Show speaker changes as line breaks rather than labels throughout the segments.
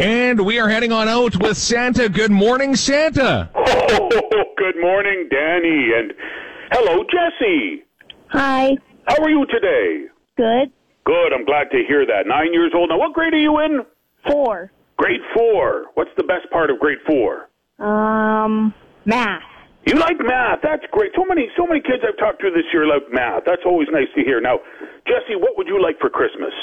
And we are heading on out with Santa. Good morning, Santa.
Oh, good morning, Danny, and hello, Jesse.
Hi.
How are you today?
Good.
Good. I'm glad to hear that. Nine years old now. What grade are you in?
Four.
Grade four. What's the best part of grade four?
Um, math.
You like math. That's great. So many, so many kids I've talked to this year like math. That's always nice to hear. Now, Jesse, what would you like for Christmas?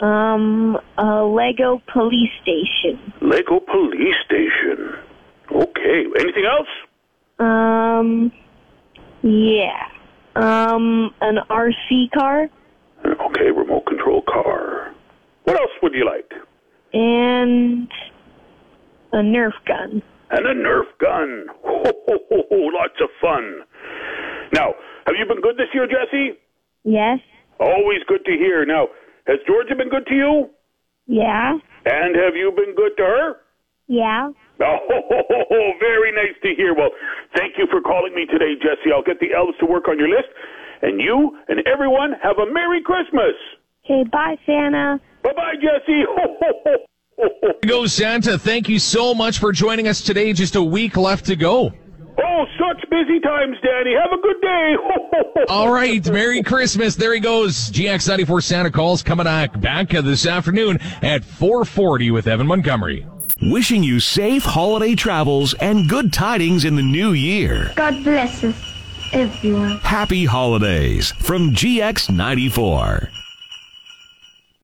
Um, a Lego police station.
Lego police station. Okay. Anything else?
Um, yeah. Um, an RC car
Okay. Remote control car. What else would you like?
and a Nerf gun.
and a Nerf gun. Ho, ho, ho, ho, lots of fun. Now, have you been good this year, Jesse?
Yes.
Always good to hear. Now, has Georgia been good to you?
Yeah.
And have you been good to her?
Yeah.
Oh, ho, ho, ho, ho, very nice to hear. Well, thank you for calling me today, Jesse. I'll get the elves to work on your list. And you and everyone have a Merry Christmas.
Okay, bye, Santa.
Bye bye, Jesse. Ho, ho, ho, ho, ho.
Go, Santa. Thank you so much for joining us today. Just a week left to go.
Oh, such busy times, Danny. Have a good day. Ho, ho, ho.
All right. Merry Christmas. There he goes. GX94 Santa calls coming back back this afternoon at 440 with Evan Montgomery.
Wishing you safe holiday travels and good tidings in the new year.
God bless us, everyone.
Happy holidays from GX94.